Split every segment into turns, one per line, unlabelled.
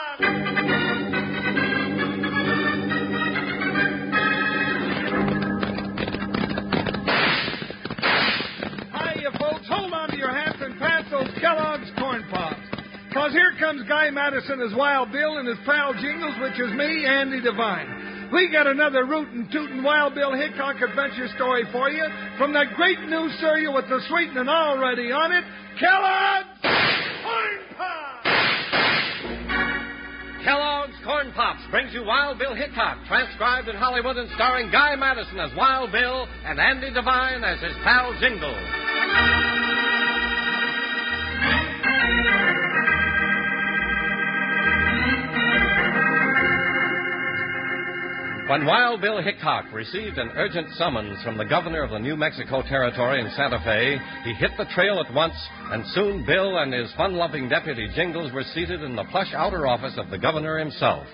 hiccup! Hiya, folks. Hold on to your hats and pass those Kellogg's Corn Pops. Because here comes Guy Madison as Wild Bill and his pal Jingles, which is me, Andy Devine. We got another rootin' tootin' Wild Bill Hickok adventure story for you from that great new cereal with the sweetening already on it, Kellogg's Corn Pops!
Kellogg's Corn Pops brings you Wild Bill Hickok, transcribed in Hollywood and starring Guy Madison as Wild Bill and Andy Devine as his pal Jingle. When Wild Bill Hickok received an urgent summons from the governor of the New Mexico Territory in Santa Fe, he hit the trail at once, and soon Bill and his fun loving deputy Jingles were seated in the plush outer office of the governor himself.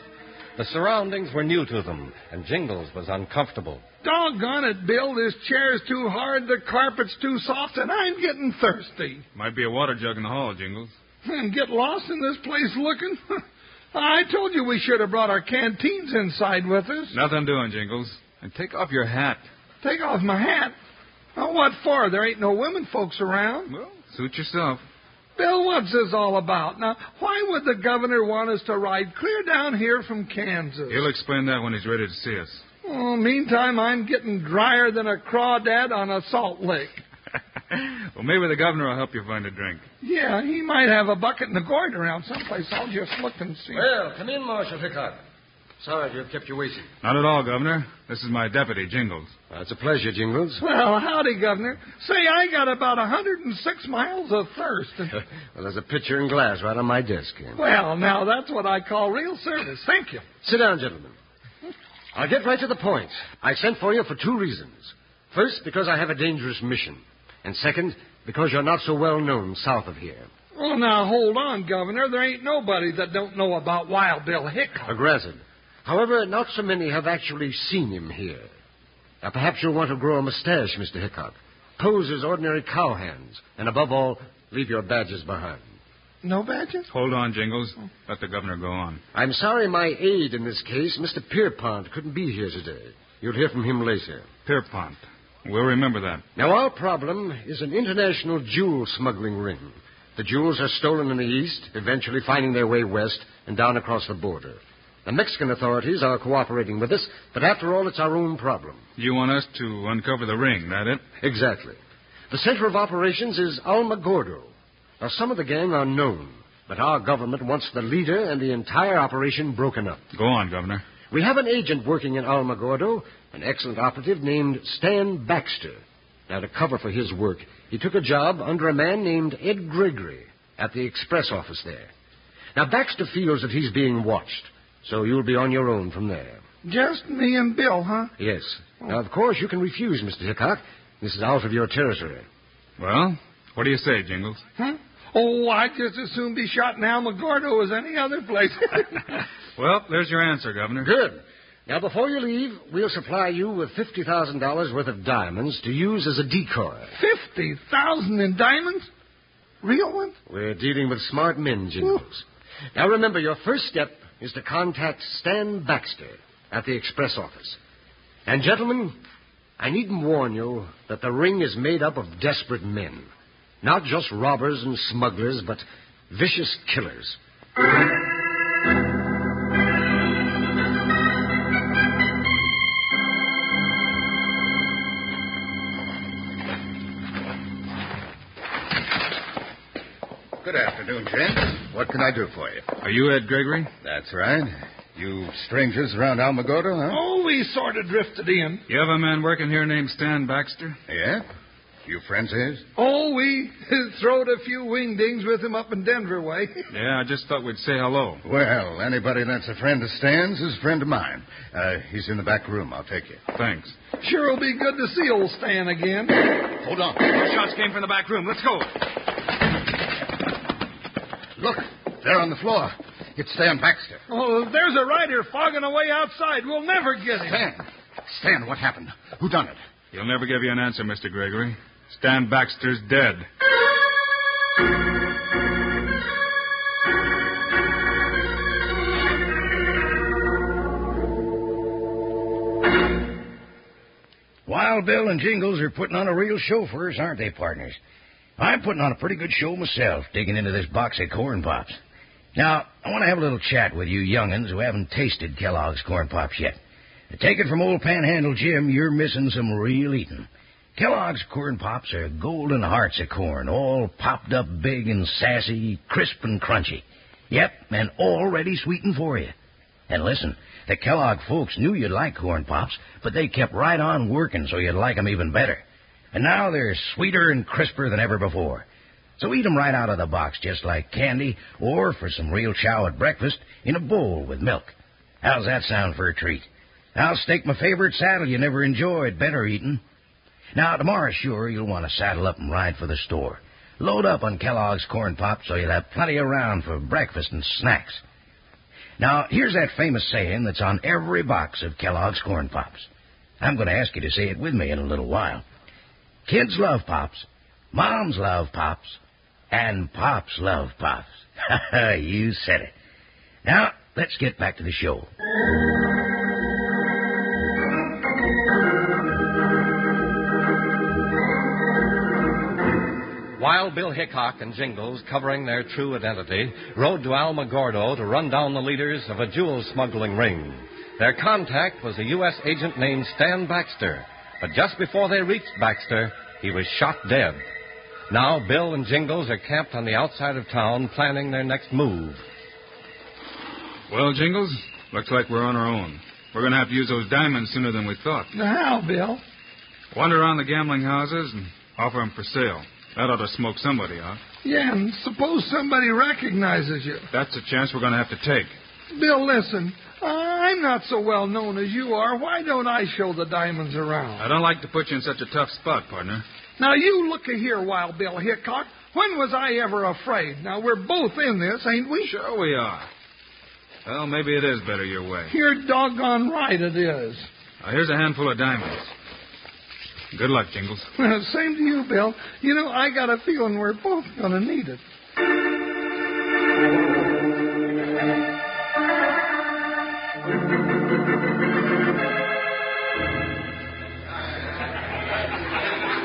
The surroundings were new to them, and Jingles was uncomfortable.
Doggone it, Bill. This chair's too hard, the carpet's too soft, and I'm getting thirsty.
Might be a water jug in the hall, Jingles.
And get lost in this place looking? I told you we should have brought our canteens inside with us.
Nothing doing, Jingles. And take off your hat.
Take off my hat. Oh, what for? There ain't no women folks around.
Well, suit yourself.
Bill, what's this all about? Now, why would the governor want us to ride clear down here from Kansas?
He'll explain that when he's ready to see us.
Oh, meantime, I'm getting drier than a crawdad on a salt lick.
well, maybe the governor will help you find a drink.
Yeah, he might have a bucket and a gourd around someplace. I'll just look and see.
Well, come in, Marshal Hickok. Sorry to have kept you waiting.
Not at all, Governor. This is my deputy, Jingles.
it's a pleasure, Jingles.
Well, howdy, Governor. Say, I got about a 106 miles of thirst.
well, there's a pitcher and glass right on my desk here.
Well, now that's what I call real service. Thank you.
Sit down, gentlemen. I'll get right to the point. I sent for you for two reasons. First, because I have a dangerous mission. And second, because you're not so well known south of here.
Well, now hold on, Governor. There ain't nobody that don't know about Wild Bill Hickok.
Aggressive. However, not so many have actually seen him here. Now, perhaps you'll want to grow a mustache, Mr. Hickok. Pose as ordinary cowhands. And above all, leave your badges behind.
No badges?
Hold on, Jingles. Let the governor go on.
I'm sorry my aide in this case, Mr. Pierpont, couldn't be here today. You'll hear from him later.
Pierpont. We'll remember that.
Now, our problem is an international jewel smuggling ring. The jewels are stolen in the east, eventually finding their way west and down across the border. The Mexican authorities are cooperating with us, but after all, it's our own problem.
You want us to uncover the ring, that it?
Exactly. The center of operations is Almagordo. Now, some of the gang are known, but our government wants the leader and the entire operation broken up.
Go on, Governor.
We have an agent working in Almagordo, an excellent operative named Stan Baxter. Now, to cover for his work, he took a job under a man named Ed Gregory at the express office there. Now, Baxter feels that he's being watched, so you'll be on your own from there.
Just me and Bill, huh?
Yes. Now, of course, you can refuse, Mr. Hickok. This is out of your territory.
Well, what do you say, Jingles?
Huh? Oh, I'd just as soon be shot in Alamogordo as any other place.
Well, there's your answer, Governor.
Good. Now, before you leave, we'll supply you with $50,000 worth of diamonds to use as a decoy.
Fifty thousand in diamonds? Real ones?
We're dealing with smart men, Jingles. Now remember, your first step is to contact Stan Baxter at the express office. And gentlemen, I needn't warn you that the ring is made up of desperate men. Not just robbers and smugglers, but vicious killers.
Good afternoon, gents. What can I do for you?
Are you Ed Gregory?
That's right. You strangers around Almagordo, huh?
Oh, we sort of drifted in.
You have a man working here named Stan Baxter?
Yeah? You friends of his?
Oh, we throwed a few wingdings with him up in Denver way.
Yeah, I just thought we'd say hello.
Well, anybody that's a friend of Stan's is a friend of mine. Uh, he's in the back room. I'll take you.
Thanks.
Sure will be good to see old Stan again.
Hold on.
Shots came from the back room. Let's go.
Look, they're on the floor. It's Stan Baxter.
Oh, there's a rider fogging away outside. We'll never get him.
Stan! Stan, what happened? Who done it?
He'll never give you an answer, Mr. Gregory. Stan Baxter's dead.
Wild Bill and Jingles are putting on a real show for us, aren't they, partners? I'm putting on a pretty good show myself, digging into this box of corn pops. Now, I want to have a little chat with you young'uns who haven't tasted Kellogg's corn pops yet. Take it from old Panhandle Jim, you're missing some real eating. Kellogg's corn pops are golden hearts of corn, all popped up big and sassy, crisp and crunchy. Yep, and already sweetened for you. And listen, the Kellogg folks knew you'd like corn pops, but they kept right on working so you'd like 'em even better. And now they're sweeter and crisper than ever before. So eat 'em right out of the box, just like candy, or for some real chow at breakfast, in a bowl with milk. How's that sound for a treat? I'll stake my favorite saddle you never enjoyed better eating. Now, tomorrow, sure, you'll want to saddle up and ride for the store. Load up on Kellogg's corn pops so you'll have plenty around for breakfast and snacks. Now, here's that famous saying that's on every box of Kellogg's corn pops. I'm going to ask you to say it with me in a little while. Kids love pops, moms love pops, and pops love pops. you said it. Now, let's get back to the show.
While Bill Hickok and Jingles, covering their true identity, rode to Almagordo to run down the leaders of a jewel smuggling ring. Their contact was a U.S. agent named Stan Baxter, but just before they reached Baxter, he was shot dead. Now Bill and Jingles are camped on the outside of town planning their next move.
Well, Jingles, looks like we're on our own. We're going to have to use those diamonds sooner than we thought.
Now, Bill.
Wander around the gambling houses and offer 'em for sale. That ought to smoke somebody out.
Yeah, and suppose somebody recognizes you.
That's a chance we're going to have to take.
Bill, listen. I'm not so well known as you are. Why don't I show the diamonds around?
I don't like to put you in such a tough spot, partner.
Now, you look a here, Wild Bill Hickok. When was I ever afraid? Now, we're both in this, ain't we?
Sure we are. Well, maybe it is better your way.
You're doggone right it is.
Now, here's a handful of diamonds. Good luck, Jingles.
Same to you, Bill. You know, I got a feeling we're both going to need it.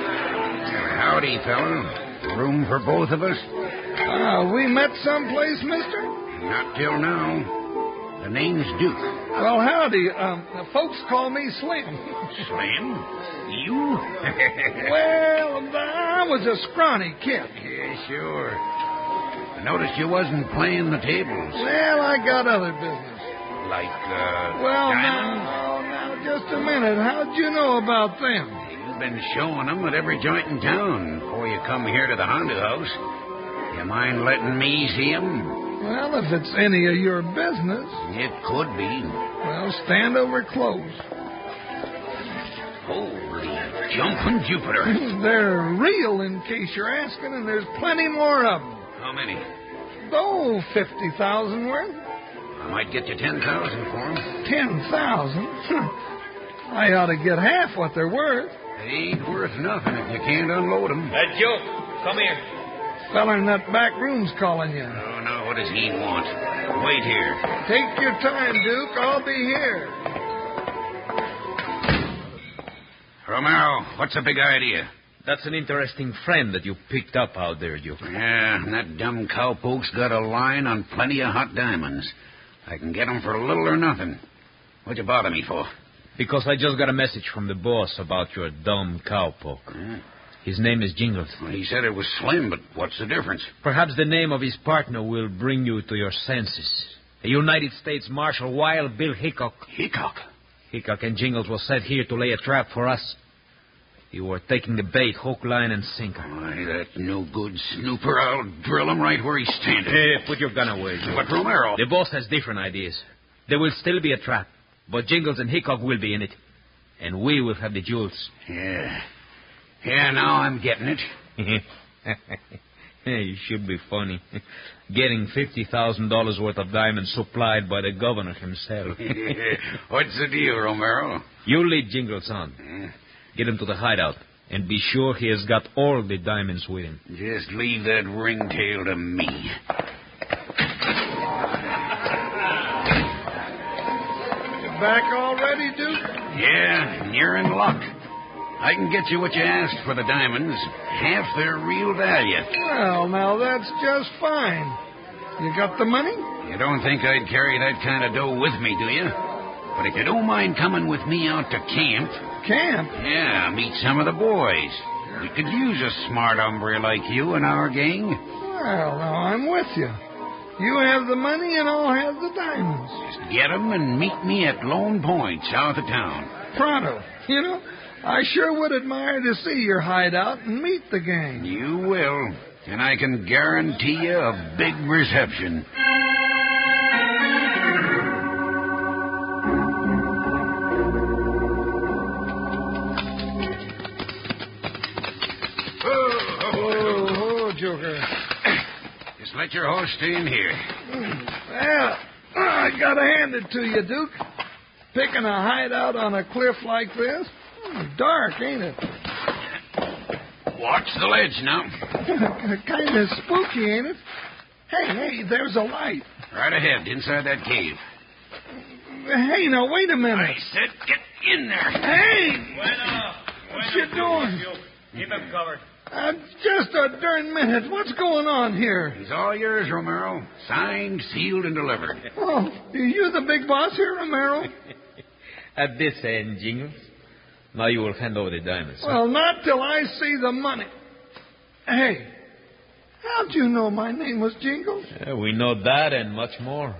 Howdy, fella. Room for both of us?
Uh, we met someplace, mister?
Not till now. The name's Duke.
Well, howdy. Um, the folks call me Slim.
Slim? You?
Well, I was a scrawny kid.
yeah, sure. I noticed you wasn't playing the tables.
Well, I got other business.
Like, uh,
Well,
diamonds?
now, oh, now, just a minute. How'd you know about them?
You've been showing 'em at every joint in town before you come here to the Honda House. You mind letting me see 'em?
Well, if it's any of your business,
It could be.
well, stand over close.
Holy jumping Jupiter.
They're real, in case you're asking, and there's plenty more of them.
How many?
Oh, 50,000 worth?
I might get you 10,000 for 'em.
10,000? I ought to get half what they're worth.
They ain't worth nothing if you can't unload 'em.
That Joe, come here.
Fella in that back room's calling you.
Oh, no, what does he want? Wait here.
Take your time, Duke. I'll be here.
Romero, what's the big idea?
That's an interesting friend that you picked up out there, Duke.
Yeah, and that dumb cowpoke's got a line on plenty of hot diamonds. I can get 'em for little or nothing. What'd you bother me for?
Because I just got a message from the boss about your dumb cowpoke.
Hmm?
His name is Jingles.
Well, he said it was slim, but what's the difference?
Perhaps the name of his partner will bring you to your senses. A United States Marshal Wild Bill Hickok.
Hickok.
Hickok and Jingles was sent here to lay a trap for us. You were taking the bait, hook, line, and sinker.
Why, that no good snooper. I'll drill him right where he's standing.
Hey, put your gun away. Duke.
But Romero.
The boss has different ideas. There will still be a trap, but Jingles and Hickok will be in it. And we will have the jewels.
Yeah. Yeah, now I'm getting it.
Mm-hmm. you should be funny. Getting $50,000 worth of diamonds supplied by the governor himself.
what's the deal, Romero?
you lead Jingles on. Get him to the hideout. And be sure he has got all the diamonds with him.
Just leave that ringtail to me.
You back already, Duke?
Yeah, and you're in luck. I can get you what you asked for the diamonds, half their real value.
Well, now that's just fine. You got the money?
You don't think I'd carry that kind of dough with me, do you? But if you don't mind coming with me out to camp,
Camp.
yeah, meet some of the boys. We could use a smart hombre like you in our gang.
Well, now I'm with you. You have the money and I'll have the diamonds.
Just get 'em and meet me at Lone Point, south of town.
Pronto. You know, I sure would admire to see your hideout and meet the gang.
You will, and I can guarantee you a big reception.
Oh, oh, Joker.
Just let your horse stay in here.
Well, I gotta hand it to you, Duke. Picking a hideout on a cliff like this? Hmm, Dark, ain't it?
Watch the ledge now.
kind of spooky, ain't it? Hey, hey, there's a light.
Right ahead, inside that cave.
Hey, now, wait a minute.
I said get in there.
uh,
Hey! What you doing?
Keep him covered.
Uh, just a darn minute. What's going on here?
It's all yours, Romero. Signed, sealed, and delivered.
Oh, you the big boss here, Romero?
At this end, Jingles. Now you will hand over the diamonds.
Well, not till I see the money. Hey, how'd you know my name was Jingles?
Yeah, we know that and much more.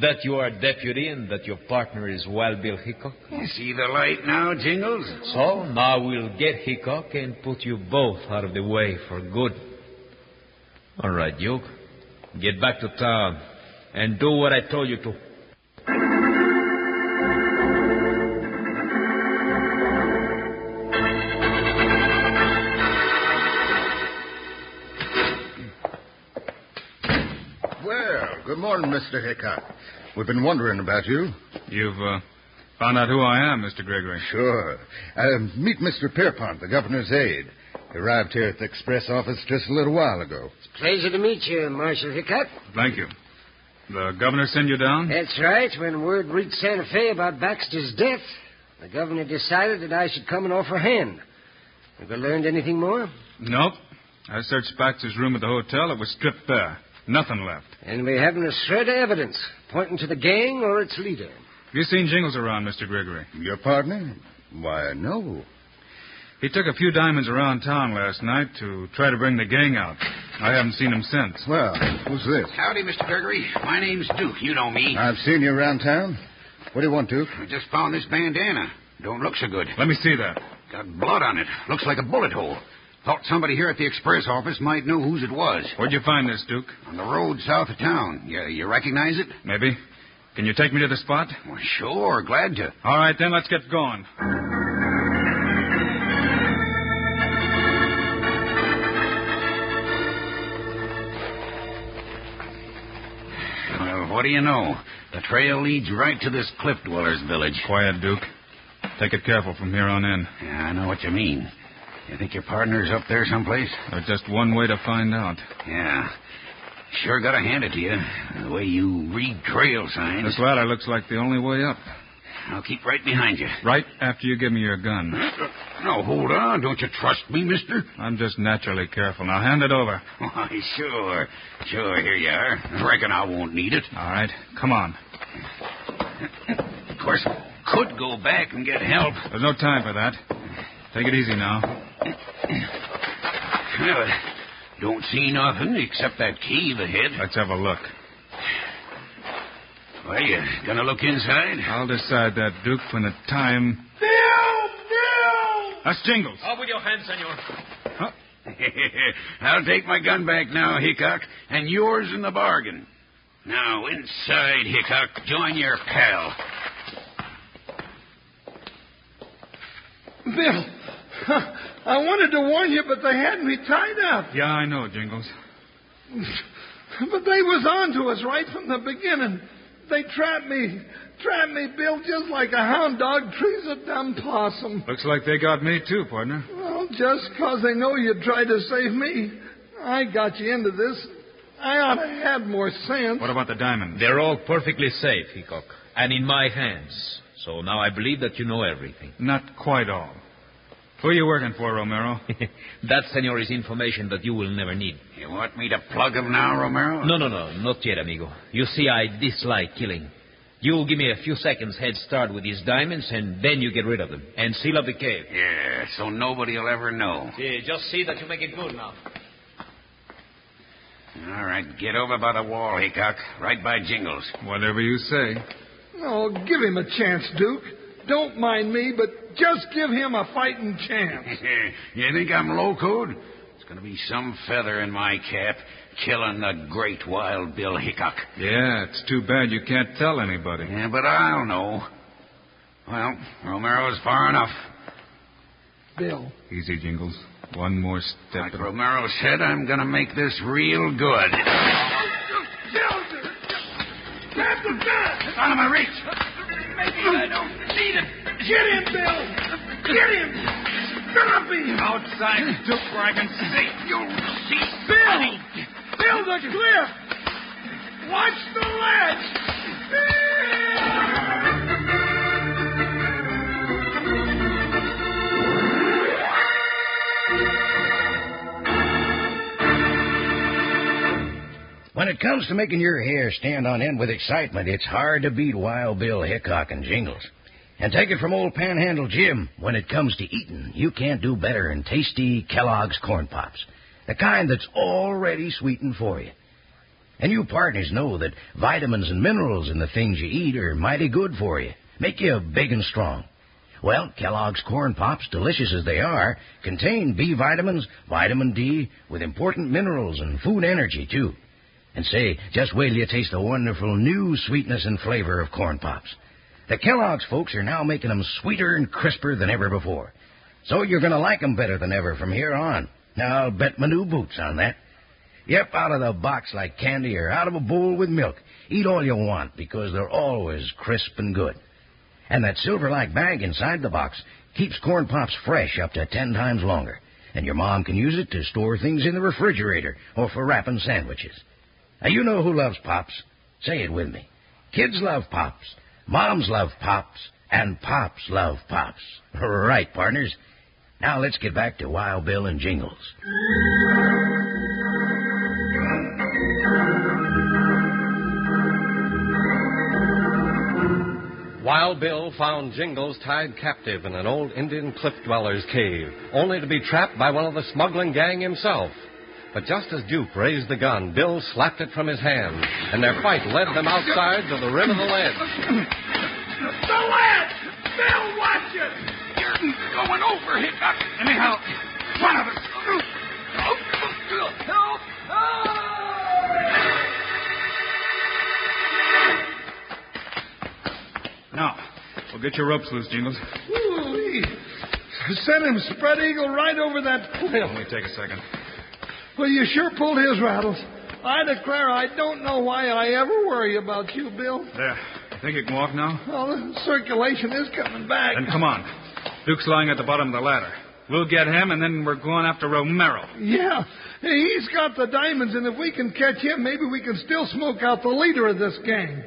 That you are a deputy and that your partner is Wild Bill Hickok.
You see the light now, Jingles?
So now we'll get Hickok and put you both out of the way for good. All right, Duke. Get back to town and do what I told you to.
Well, good morning, Mr. Hickok. We've been wondering about you.
You've uh, found out who I am, Mr. Gregory.
Sure. Uh, meet Mr. Pierpont, the governor's aide. He arrived here at the express office just a little while ago.
Pleasure to meet you, Marshal Hickok.
Thank you. The governor sent you down?
That's right. When word reached Santa Fe about Baxter's death, the governor decided that I should come and offer a hand. Have you learned anything more?
Nope. I searched Baxter's room at the hotel. It was stripped bare. Nothing left.
And we haven't a shred of evidence pointing to the gang or its leader.
Have you seen Jingles around, Mr. Gregory?
Your partner? Why, no.
He took a few diamonds around town last night to try to bring the gang out. I haven't seen him since.
Well, who's this?
Howdy, Mr. Gregory. My name's Duke. You know me.
I've seen you around town. What do you want, Duke?
I just found this bandana. Don't look so good.
Let me see that.
Got blood on it. Looks like a bullet hole. Thought somebody here at the express office might know whose it was.
Where'd you find this, Duke?
On the road south of town. You, you recognize it?
Maybe. Can you take me to the spot?
Well, sure. Glad to.
All right, then, let's get going.
Well, what do you know? The trail leads right to this cliff dweller's village.
Quiet, Duke. Take it careful from here on in.
Yeah, I know what you mean. You think your partner's up there someplace?
There's just one way to find out.
Yeah. Sure gotta hand it to you. The way you read trail signs.
This ladder looks like the only way up.
I'll keep right behind you.
Right after you give me your gun.
Now, hold on. Don't you trust me, mister?
I'm just naturally careful. Now hand it over.
Why, sure. Sure, here you are. Reckon I won't need it.
All right, come on.
Of course, could go back and get help.
There's no time for that. Take it easy now.
Well, don't see nothing except that cave ahead.
Let's have a look.
Well, you gonna look inside?
I'll decide that, Duke, when the time. That's Jingles.
Up with your hands, senor.
I'll take my gun back now, Hickok, and yours in the bargain. Now, inside, Hickok, join your pal.
Bill, I wanted to warn you, but they had me tied up.
Yeah, I know, Jingles.
But they was on to us right from the beginning. They trapped me, trapped me, Bill, just like a hound dog trees a dumb possum.
Looks like they got me, too, partner.
Well, just 'cause they know you tried to save me, I got you into this. I ought to have more sense.
What about the diamond?
They're all perfectly safe, Hickok, and in my hands. So now I believe that you know everything.
Not quite all. Who are you working for, Romero?
that, senor, is information that you will never need.
You want me to plug him now, Romero?
No, no, no, not yet, amigo. You see, I dislike killing. You'll give me a few seconds head start with these diamonds, and then you get rid of them and seal up the cave.
Yeah, so nobody will ever know.
Yeah, just see that you make it good now.
All right, get over by the wall, Hickok. Right by Jingles.
Whatever you say.
Oh, give him a chance, Duke. Don't mind me, but just give him a fighting chance.
you think I'm locoed? It's going to be some feather in my cap killing the great Wild Bill Hickok.
Yeah, it's too bad you can't tell anybody.
Yeah, but I'll know. Well, Romero's far enough.
Bill.
Easy, Jingles. One more step.
Like
and-
Romero said, I'm going to make this real good.
Grab the gun!
Out of my reach!
Maybe I don't need it. Get him, Bill! Get him! Stop him!
Outside, Duke, where I can see you. See,
Bill! Bill, the cliff! Watch the ledge!
When it comes to making your hair stand on end with excitement, it's hard to beat Wild Bill Hickok and Jingles. And take it from old Panhandle Jim, when it comes to eating, you can't do better than tasty Kellogg's Corn Pops, the kind that's already sweetened for you. And you partners know that vitamins and minerals in the things you eat are mighty good for you, make you big and strong. Well, Kellogg's Corn Pops, delicious as they are, contain B vitamins, vitamin D, with important minerals and food energy, too. And say, just wait till you taste the wonderful new sweetness and flavor of Corn Pops. The Kellogg's folks are now making 'em sweeter and crisper than ever before. So you're going to 'em better than ever from here on. Now, I'll bet my new boots on that. Yep, out of the box like candy or out of a bowl with milk. Eat all you want because they're always crisp and good. And that silver like bag inside the box keeps corn pops fresh up to ten times longer. And your mom can use it to store things in the refrigerator or for wrapping sandwiches. Now, you know who loves Pops. Say it with me. Kids love Pops. Moms love Pops. And Pops love Pops. Right, partners. Now let's get back to Wild Bill and Jingles.
Wild Bill found Jingles tied captive in an old Indian cliff dweller's cave, only to be trapped by one of the smuggling gang himself. But just as Duke raised the gun, Bill slapped it from his hand, and their fight led them outside to the rim of the ledge.
The ledge! Bill, watch it!
You're going over, Hickok. Let me help. One of us. Help!
Now, well, get your ropes loose, Jingles.
Ooh-wee. Hmm. Sent him spread eagle right over that cliff.
Only take a second.
Well, you sure pulled his rattles. I declare, I don't know why I ever worry about you, Bill.
There. You think you can walk now?
Well, the circulation is coming back.
Then come on. Duke's lying at the bottom of the ladder. We'll get him, and then we're going after Romero.
Yeah, he's got the diamonds, and if we can catch him, maybe we can still smoke out the leader of this gang.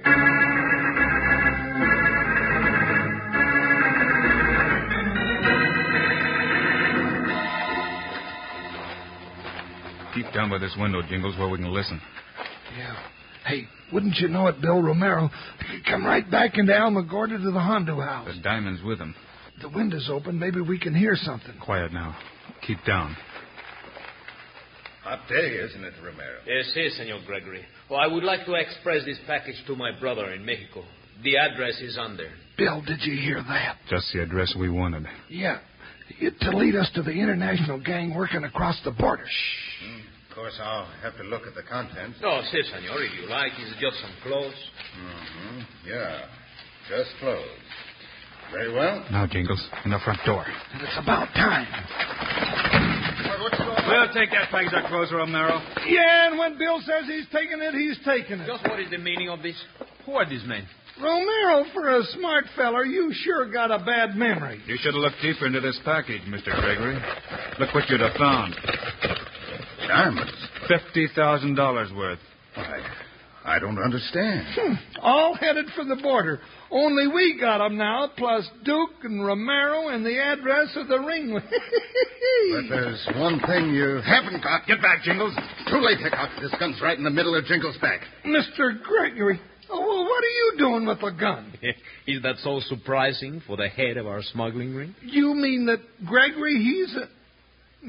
Keep down by this window, Jingles, where we can listen.
Yeah. Hey, wouldn't you know it, Bill Romero? Come right back into Almagorda to the Hondo
The
house.
diamond's with him.
The window's open. Maybe we can hear something.
Quiet now. Keep down.
Up there, isn't it, Romero?
Yes, yes, Eh, Senor Gregory. Oh, I would like to express this package to my brother in Mexico. The address is under.
Bill, did you hear that?
Just the address we wanted.
Yeah. It to lead us to the international gang working across the border. Shh.
Hmm.
Of course, I'll have to look at the contents.
Oh, si, senor, if you like. It's just some clothes.
hmm Yeah, just closed. Very well.
Now, Jingles, in the front door.
And it's about time.
What's going
We'll take that package of clothes, Romero.
Yeah, and when Bill says he's taking it, he's taking it.
Just what is the meaning of this? Who are these men?
Romero, for a smart feller, you sure got a bad memory.
You should have looked deeper into this package, Mr. Gregory. Look what you'd have found.
Diamonds.
Fifty thousand dollars worth.
I, I
I don't understand.
Hmm. All headed for the border. Only we got 'em now, plus Duke and Romero and the address of the ring.
But there's one thing you haven't got. Get back, Jingles. It's too late, Hickok. This gun's right in the middle of Jingles' back.
Mr. Gregory, oh, well, what are you doing with a gun?
Is that so surprising for the head of our smuggling ring?
You mean that Gregory, he's a.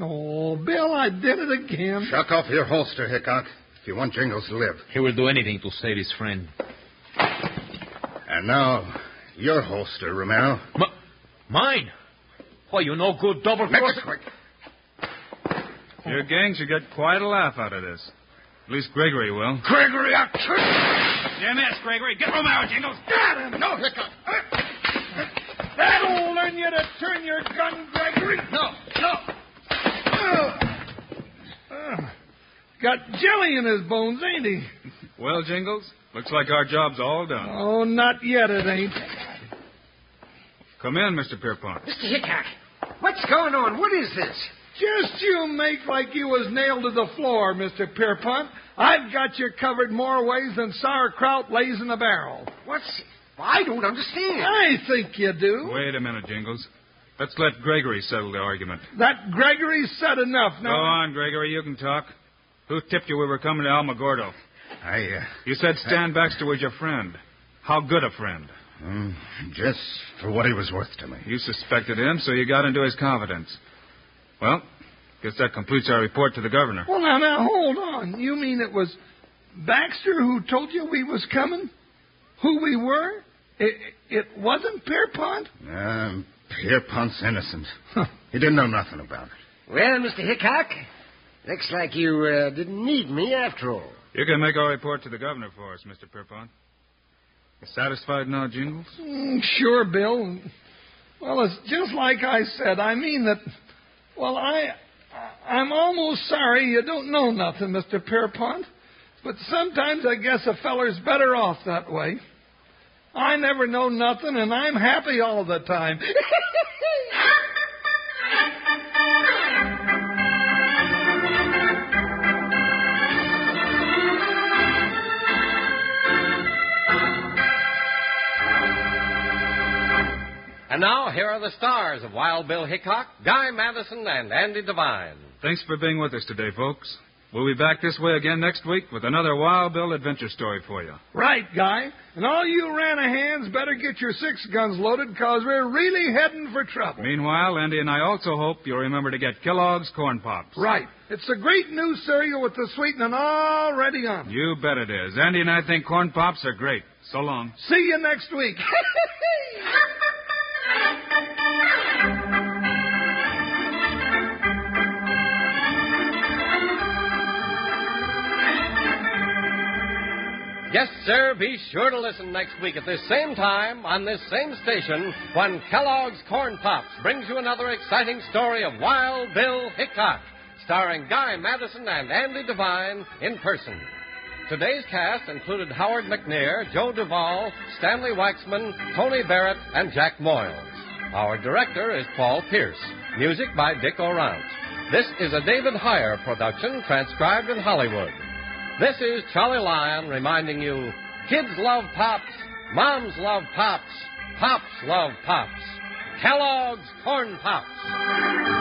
Oh, Bill, I did it again.
Chuck off your holster, Hickok, if you want Jingles to live.
He will do anything to save his friend.
And now, your holster, Romero.
M- mine? Why, you no good double
Make
crossing.
it quick.
Your gang should get quite a laugh out of this. At least Gregory will.
Gregory, I'll kill you.
Yes, Gregory. Get Romero, Jingles.
No, Hickok.
That'll learn you to turn your gun, Gregory.
No, no.
Uh, Got jelly in his bones, ain't he?
Well, Jingles, looks like our job's all done.
Oh, not yet, it ain't.
Come in, Mr. Pierpont.
Mr. Hickok, what's going on? What is this?
Just you make like you was nailed to the floor, Mr. Pierpont. I've got you covered more ways than sauerkraut lays in a barrel.
What's. I don't understand.
I think you do.
Wait a minute, Jingles. Let's let Gregory settle the argument.
That Gregory said enough.
Go
Now,
on, Gregory. You can talk. Who tipped you we were coming to Almagordo?
I, uh,
You said Stan Baxter was your friend. How good a friend?
mm, just for what he was worth to me.
You suspected him, so you got into his confidence. Well, guess that completes our report to the governor.
well, now, now, hold on. You mean it was Baxter who told you we was coming? Who we were? It, it wasn't Pierpont?
Um, Pierpont's innocent. He didn't know nothing about it.
Well, Mr. Hickok, looks like you uh, didn't need me after all.
You can make our report to the governor for us, Mr. Pierpont. You satisfied now, Jingles?
Mm, sure, Bill. Well, it's just like I said. I mean that. Well, I, I'm almost sorry you don't know nothing, Mister Pierpont. But sometimes I guess a feller's better off that way. I never know nothing, and I'm happy all the time.
And now, here are the stars of Wild Bill Hickok, Guy Madison, and Andy Devine.
Thanks for being with us today, folks. We'll be back this way again next week with another Wild Bill adventure story for you.
right, guy. And all you Ranahans better get your six guns loaded, because we're really heading for trouble.
Meanwhile, Andy and I also hope you'll remember to get Kellogg's Corn Pops.
Right. It's a great new cereal with the sweetening already on. it.
You bet it is. Andy and I think Corn Pops are great. So long.
See you next week.
Yes, sir, be sure to listen next week at this same time on this same station when Kellogg's Corn Pops brings you another exciting story of Wild Bill Hickok, starring Guy Madison and Andy Devine in person. Today's cast included Howard McNair, Joe Duvall, Stanley Waxman, Tony Barrett, and Jack Moyles. Our director is Paul Pierce. Music by Dick Orant. This is a David Heyer production transcribed in Hollywood. This is Charlie Lyon reminding you kids love pops, moms love pops, pops love pops, Kellogg's Corn Pops.